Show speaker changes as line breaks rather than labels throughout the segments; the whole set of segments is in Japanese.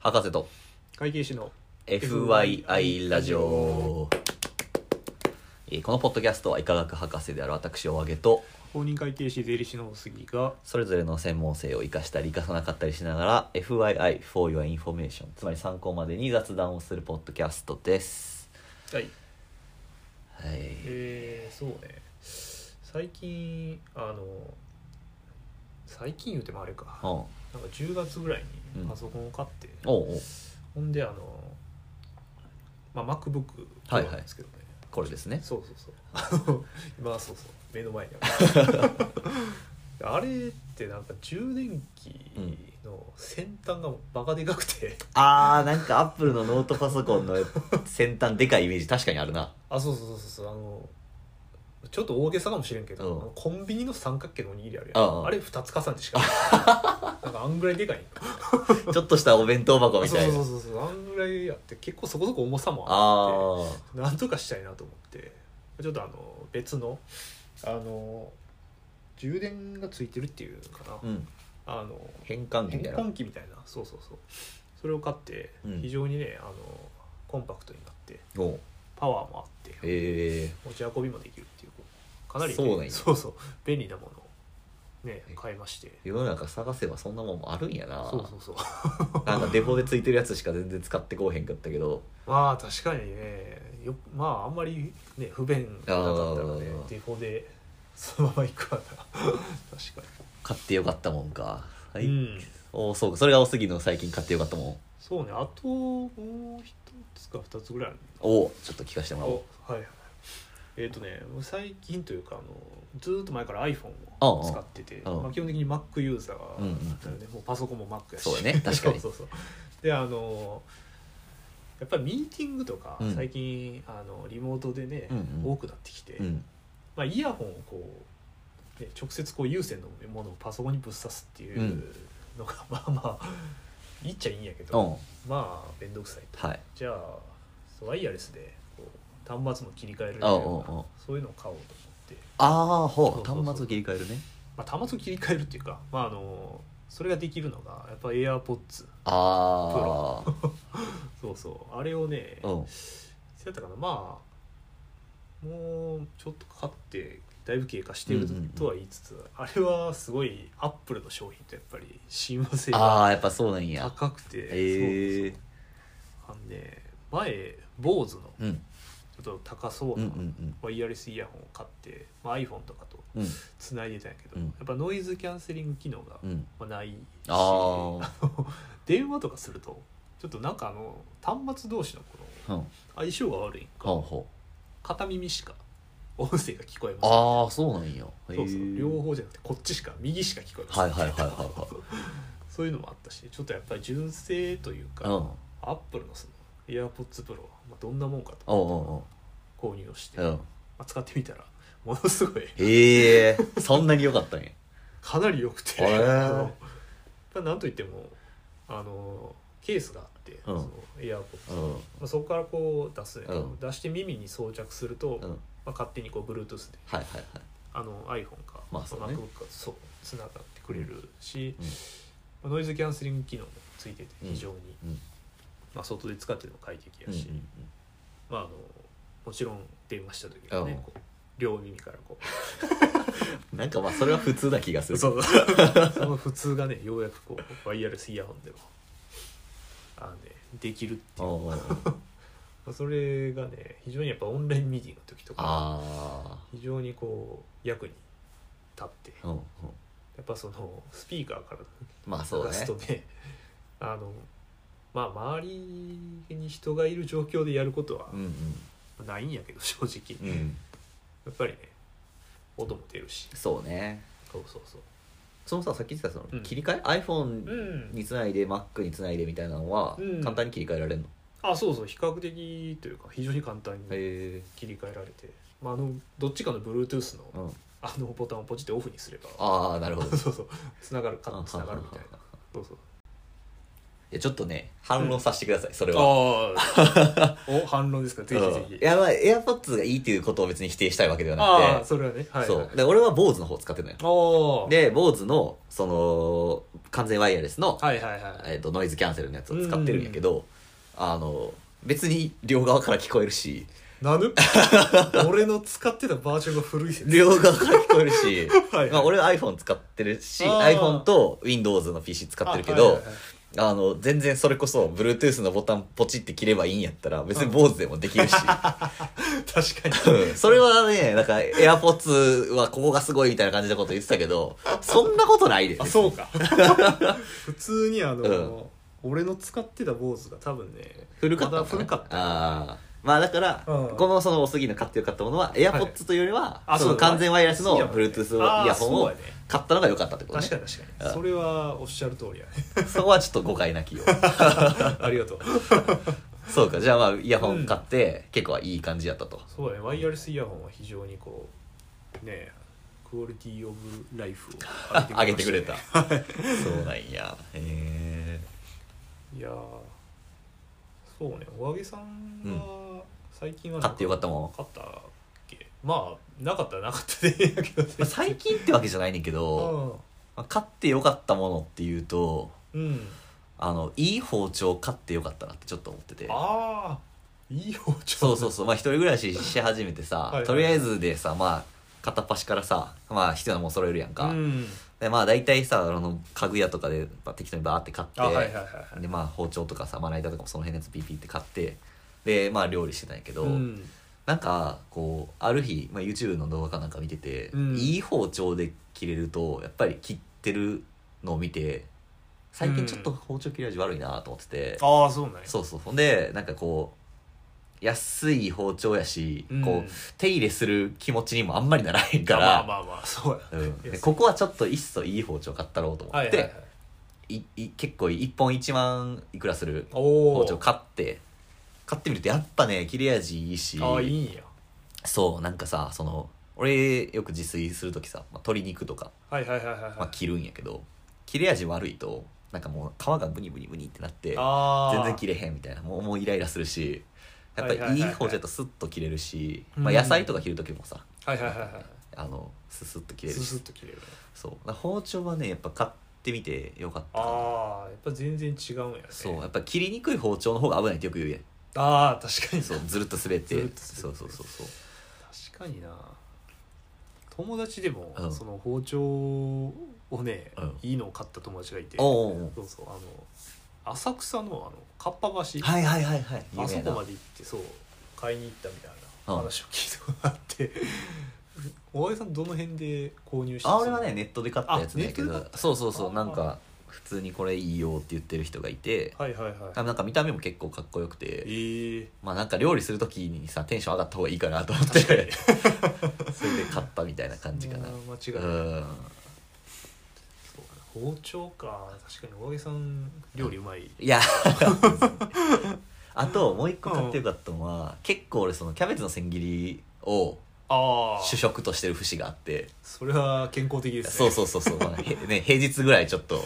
博士と
会計士の
FYI ラジオえーこのポッドキャストは医科学博士である私おあげと
公認会計士税理士の杉が
それぞれの専門性を生かしたり生かさなかったりしながら FYI for your information つまり参考までに雑談をするポッドキャストです
はい
はい
えー、そうね最近あの最近言うてもあれか
うん
なんか10月ぐらいに
うん
パソコンを買って、
おうおう
ほんであの、まあ、MacBook
はいはい
なんですけどね、
これですね
そうそうそう 今そうそう目の前にあ るあれってなんか充電器の先端がバカでかくて
あーなんかアップルのノートパソコンの先端でかいイメージ確かにあるな
あそうそうそうそうそうあのちょっと大げさかもしれんけど、
うん
あのコンビニの三角形のおにぎりあるやん、
うんうん
あれ2つ重ねてしか ないなんかあんぐらいでかいんか
ちょっとしたお弁当箱みたいな
そうそうそうそうあんぐらいあって結構そこそこ重さもあっ
あ
てなんとかしたいなと思ってちょっとあの別のあの充電がついてるっていうのかな、
あうん
あの
変換器みた
変
いな
換器みたいなそうそうそうそれを買って
うん
非常にね、あのコンパクトになって
おう
パワーもあって
へえ
持ち運びもできるっていうこうかなり、ね、
そうなんや
そうそう便利なものをね
え
買いまして
世の中探せばそんなもんもあるんやな
そうそうそう
なんかデフォでついてるやつしか全然使ってこうへんかったけど
まあ確かにねよまああんまりね不便なかったらね
あー
デフォでそのまま行くわな 確かに
買ってよかったもんかはい、
うん
おそうかそれがおすぎの最近買ってよかったもん
そうねあともう一つか二つぐらいある
おうちょっと聞かせてもらおう
おはいはいえっ、とねもう最近というかあのずーっと前から iPhone
うん
を
うん
使ってて
うん
まあ、基本的に Mac ユーザー
うんうん
だったよね、もうパソコンも Mac やし
そうや ね確かに
そうそうそうであのやっぱりミーティングとか、
うん
最近あのリモートでね、
うんうん
多くなってきて、
うん
まあ、イヤホンをこう、ね、直接こう有線のものをパソコンにぶっ刺すっていう
うん
のが、まあまあいいっちゃいいんやけ
う
ど、
ん
まあ面倒くさいと。
はい
じゃあワイヤレスでこう端末も切り替えられる
ああああ
ようなそういうのを買おうと思って、
ああほ
そううそうそう
端末を切り替えるね
まあ、端末を切り替えるっていうか、まあ、あのそれができるのがやっぱ AirPods
ああ
そうそうあれをねいつ
うん
やったかなまあもうちょっと買ってだいぶ経過して
うん
る
うんうん
とは言いつつ、あれはすごいアップルの商品とやっぱり親和性
あ
が
あやっぱそうなんや
高くて
へえ
そうそうそうあのね前 BOSE の
うん
ちょっと高そう
うんう
なんワイヤレスイヤホンを買って、まあ、iPhone とかと
うんうん
つないでたんやけど、
うん
やっぱノイズキャンセリング機能が
うん
まあないし、
あー
電話とかするとちょっとなんかあの端末同士のこの
うん
相性が悪いんか、
ほうほう
片耳しか音声が聞こえません
ああそうなんやへえ
そうそう両方じゃなくてこっちしか右しか聞こえません
はいはいはいは いはい
そういうのもあったしちょっとやっぱり純正というか、
うん
アップルのその AirPods Pro はまあどんなもんかと
お
思っ
うお
て購入をして、
うおううん
まあ使ってみたらものすごい
へえそんなに良かったんや
かなり良くて、
へえ
あ のやっぱなんといってもあのケースがあって、
うん
そのエアコン、
うん
まあ、そこからこう出すね、
うん
出して耳に装着すると、
うん
まあ、勝手にこう Bluetooth で
はいはいはい
あの iPhone か、
まあそうね
MacBook かそうつながってくれるし
うん、
まあノイズキャンセリング機能もついてて非常に、
うん
まあ、外で使ってるの快適
う
や
んう
し、
ん
まあ、あのもちろん電話した時はね、
うん
こう両耳からこう
うんなんかまあそれは普通な気がする
そうそうその普通がねようやくこうワイヤレスイヤホンでもあの、ね、できるっていう
おうおうおう
まあそれがね非常にやっぱオンラインミーティングの時とか
あ
非常にこう役に立って
あうんうん
やっぱそのスピーカーから
まあそう
流
ね
すとねあのまあ周りに人がいる状況でやることは
うん
ないんやけど正直
うんうん
やっぱりね音も出るし
そうね
そうそうそう
そのささっき言ってたその
うん
切り替え iPhone
うん
につないで Mac につないでみたいなのは
うん
簡単に切り替えられるの
あそうそう比較的というか非常に簡単に
へえ
切り替えられて、まあ、あのどっちかの Bluetooth の
うん
あのボタンをポチってオフにすれば
ああなるほど
そうそうつながるか
あ
つながるみたいなそうそう
やちょっとね反論させてください、それは。
ああ お反論ですかぜひぜ
うんい
ひ
やまあエアポッツがいいっていうことを別に否定したいわけでは
あ
な
あ
くて
それはねはい、はい、
そうで俺は b o s の方を使ってるのよ
おー
で BOSE のその完全ワイヤレスの、
はいはいはい
えー、とノイズキャンセルのやつを使ってるんやけどあの別に両側から聞こえるし
なぬ俺の使ってたバージョンが古い説
両側から聞こえるし
はいはい
まあ、俺は iPhone 使ってるし
あー
iPhone と Windows の PC 使ってるけどあ、
あはいはいはい
の全然それこそ Bluetooth のボタンポチって切ればいいんやったら別に BOSE でもでき るし。
確 かに
うんそれはね、なんか、エアポッツはここがすごいみたいな感じのこと言ってたけど、そんなことないで、
あ
う。
そ うか普通にあの、俺の使ってた坊主が多分ね
古かった
ま
の
だ
ね
古かった
ああ。まあだから、
うん
このそのおすぎの買ってよかったものは、エアポッツというよりは、
あ
その
そうだ
完全ワイヤレスの
そうだ
Bluetooth
あー
イヤホン
そう
を
やね
買ったのが良かったってことね。
確かに確
う
か
ん
にそれはおっしゃる通りや ね
そこはちょっと誤解なきよう。
ありがとう
そうか、じゃあまあ、イヤホン買って、結構いい感じやったと。
そうだねワイヤレスイヤホンは非常にこうねクオリティオブライフを
あげてく
ま
れ
した
た
ね。
そうなんや。へえ。
いやーそうねお揚げさん
う
が最近は
買ってよかったもん。
買ったっけまあなかったらなかった でいいんやけどね
まあ最近ってわけじゃないねんけど、まあ買ってよかったものっていうと
うんうん
あのいい包丁買ってよかったなってちょっと思ってて
ああいい包丁
そうそうそうまあ一人暮らしし始めてさ
はいはい
とりあえずでさまあ片っ端からさまあ必要なもん揃えるやんか、
うん
でまあ大体さあの家具屋とかで、まあ、適当にバーって買って、
あはいはいはいはい
でまあ包丁とかさまな板とかもその辺のやつピーピーって買ってでまあ料理してたんやけど、
うん
なんかこうある日、まあ、YouTube の動画かなんか見てて、
うん
いい包丁で切れるとやっぱり切ってるのを見て最近ちょっと包丁切れ味悪いなと思ってて、
ああそうなんや
そうそうほんでなんかこう安い包丁やし、
うん
こう手入れする気持ちにもあんまりならへんか
あ
ら、
まあまあまあそうや
うん、で
安い
ここはちょっといっそいい包丁買ったろうと思
はい
っ
はい
て、
はい
いい結構1本1万いくらする
お
包
お
丁買って買ってみるとやっぱね切れ味いいし
ああいいんや
そうなんかさその俺よく自炊する時さ、まあ、鶏肉とか、
はいはいはいはいはい
まあ、切るんやけど切れ味悪いとなんかもう皮がブニブニブニってなって
ああ
全然切れへんみたいなもうもうイライラするしやっぱ
はいはいはい
りいい
はい
包丁だとスッと切れるし、
うん
まあ、野菜とか切る時もさ
はいはいはいは
あのススッと切
い
れる
スス
し
ッと切れる
そうだから包丁はねやっぱ買ってみてよかったな
ああやっぱ全然違うんやね
そうやっぱ切りにくい包丁の方が危ないってよく言うやん
ああ確かに
そうずるっと滑って
ずるっと滑って
そうそうそうそう
確かにな友達でも、
うん
その包丁をね、
うん
いいのを買った友達がいて
おうおうおう
そうそうあの浅草のあのかっぱ橋、
はいはいはいはい
あそ
有名
こ
な
まで行ってそう買いに行ったみたいな
うん
話を聞いたことがあって 大江さんどの辺で購入した
あ俺はねネットで買ったやつだけ
あネットで買
ど
っ
そうそうそ
あ
う
ー
なんか普通にこれいいよって言ってる人がいて
はいはいはい
あなんか見た目も結構かっこよく
え
て
ー、
まあなんか料理する時にさテンション上がった方がいいかなと思ってそ れで買ったみたいな感じかな
そんな
う
間違いない、
ん
そうか包丁か確かに大江さん料理うまい、
いやあともう一個買ってよかったのは結構俺そのキャベツの千切りを
ああ
主食としてる節があって
それは健康的ですね
そうそうそうそう、まあへね、平日ぐらいちょっと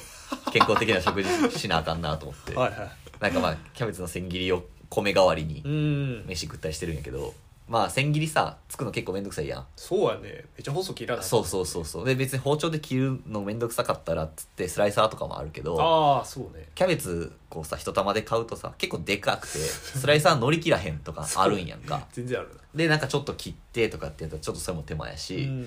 健康的な食事しなあかんなと思って
はいはい
なんかまあキャベツの千切りを米代わりに
うん
飯食ったりしてるんやけどまあ千切りさつくの結構めんどくさいやん
そうやねめっちゃ細切らない
そうそうそうそうで別に包丁で切るのめんどくさかったらっつってスライサーとかもあるけど
ああそうね
キャベツこうさ一玉で買うとさ結構でか くてスライサー乗り切らへんとかあるんやんか
全然あるな
でなんかちょっと切ってとかってやったらちょっとそれも手間やし、
う
っ
ん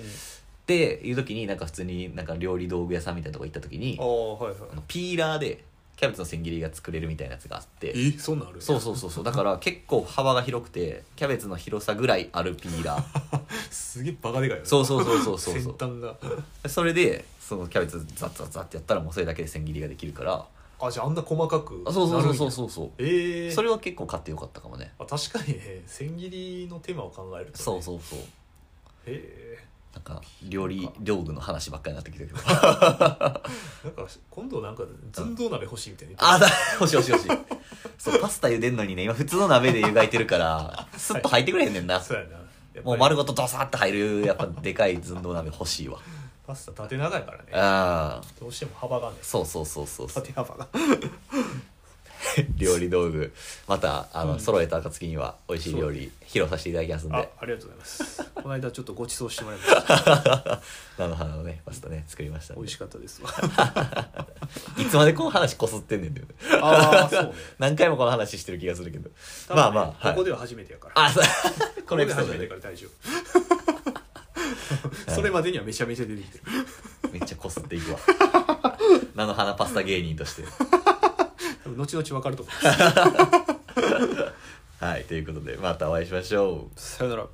ていう時になんか普通になんか料理道具屋さんみたいなとこ行った時に
ああはいは
あのピーラーでキャベツの千切りが作れるみたいなやつがあって
いえそんなんある
そうそうそうそうだから結構幅が広くてキャベツの広さぐらいあるピーラ ー
すげえバカでかいよね
そうそうそうそうそうそ
先
う
端が
それでそのキャベツザッザッザッってやったらもうそれだけで千切りができるから
あじゃああんな細かく
あそうそうそうそう
う
そうそう
ええ
それは結構買ってよかったかもね
あ確かにね千切りの手間を考えるとね
そうそうそう
へ
なんか料理道具の話ばっかりになってきてるけど
えなんか今度なんか寸胴鍋欲しいみたいな
あだ欲しい欲しい欲しいそうパスタ茹でんのにね今普通の鍋で湯がいてる からスッと入ってくれへんねんな
そうやなやっぱり
もう丸ごとドサッと入るやっぱでかい寸胴鍋欲しいわ
パスタ縦長やからね
ああ
どうしても幅がね
そうそうそうそうそう
縦幅がそ
料理道具またあの、
うん
揃えた暁には美味しい料理披露させていただきますん
あ
で
ありがとうございますこの間ちょっとご馳走してもらい ました
菜の花をねパスタね作りましたん
美
で
味しかったで すわ
いつまでこの話こすってんねんって
ああそうね
何回もこの話してる気がするけど、
多分ね
まあまあ、はい、
ここでは初めてやから
あそう
こ
この
れ
エピソー
初
ド
め
で
て
ね
から大丈 夫 それまでにはめちゃめちゃ出てきてる
めっちゃこすっていくわ菜の花パスタ芸人として
多分後々わかると思いま
はいということでまたお会いしましょう
すさよなら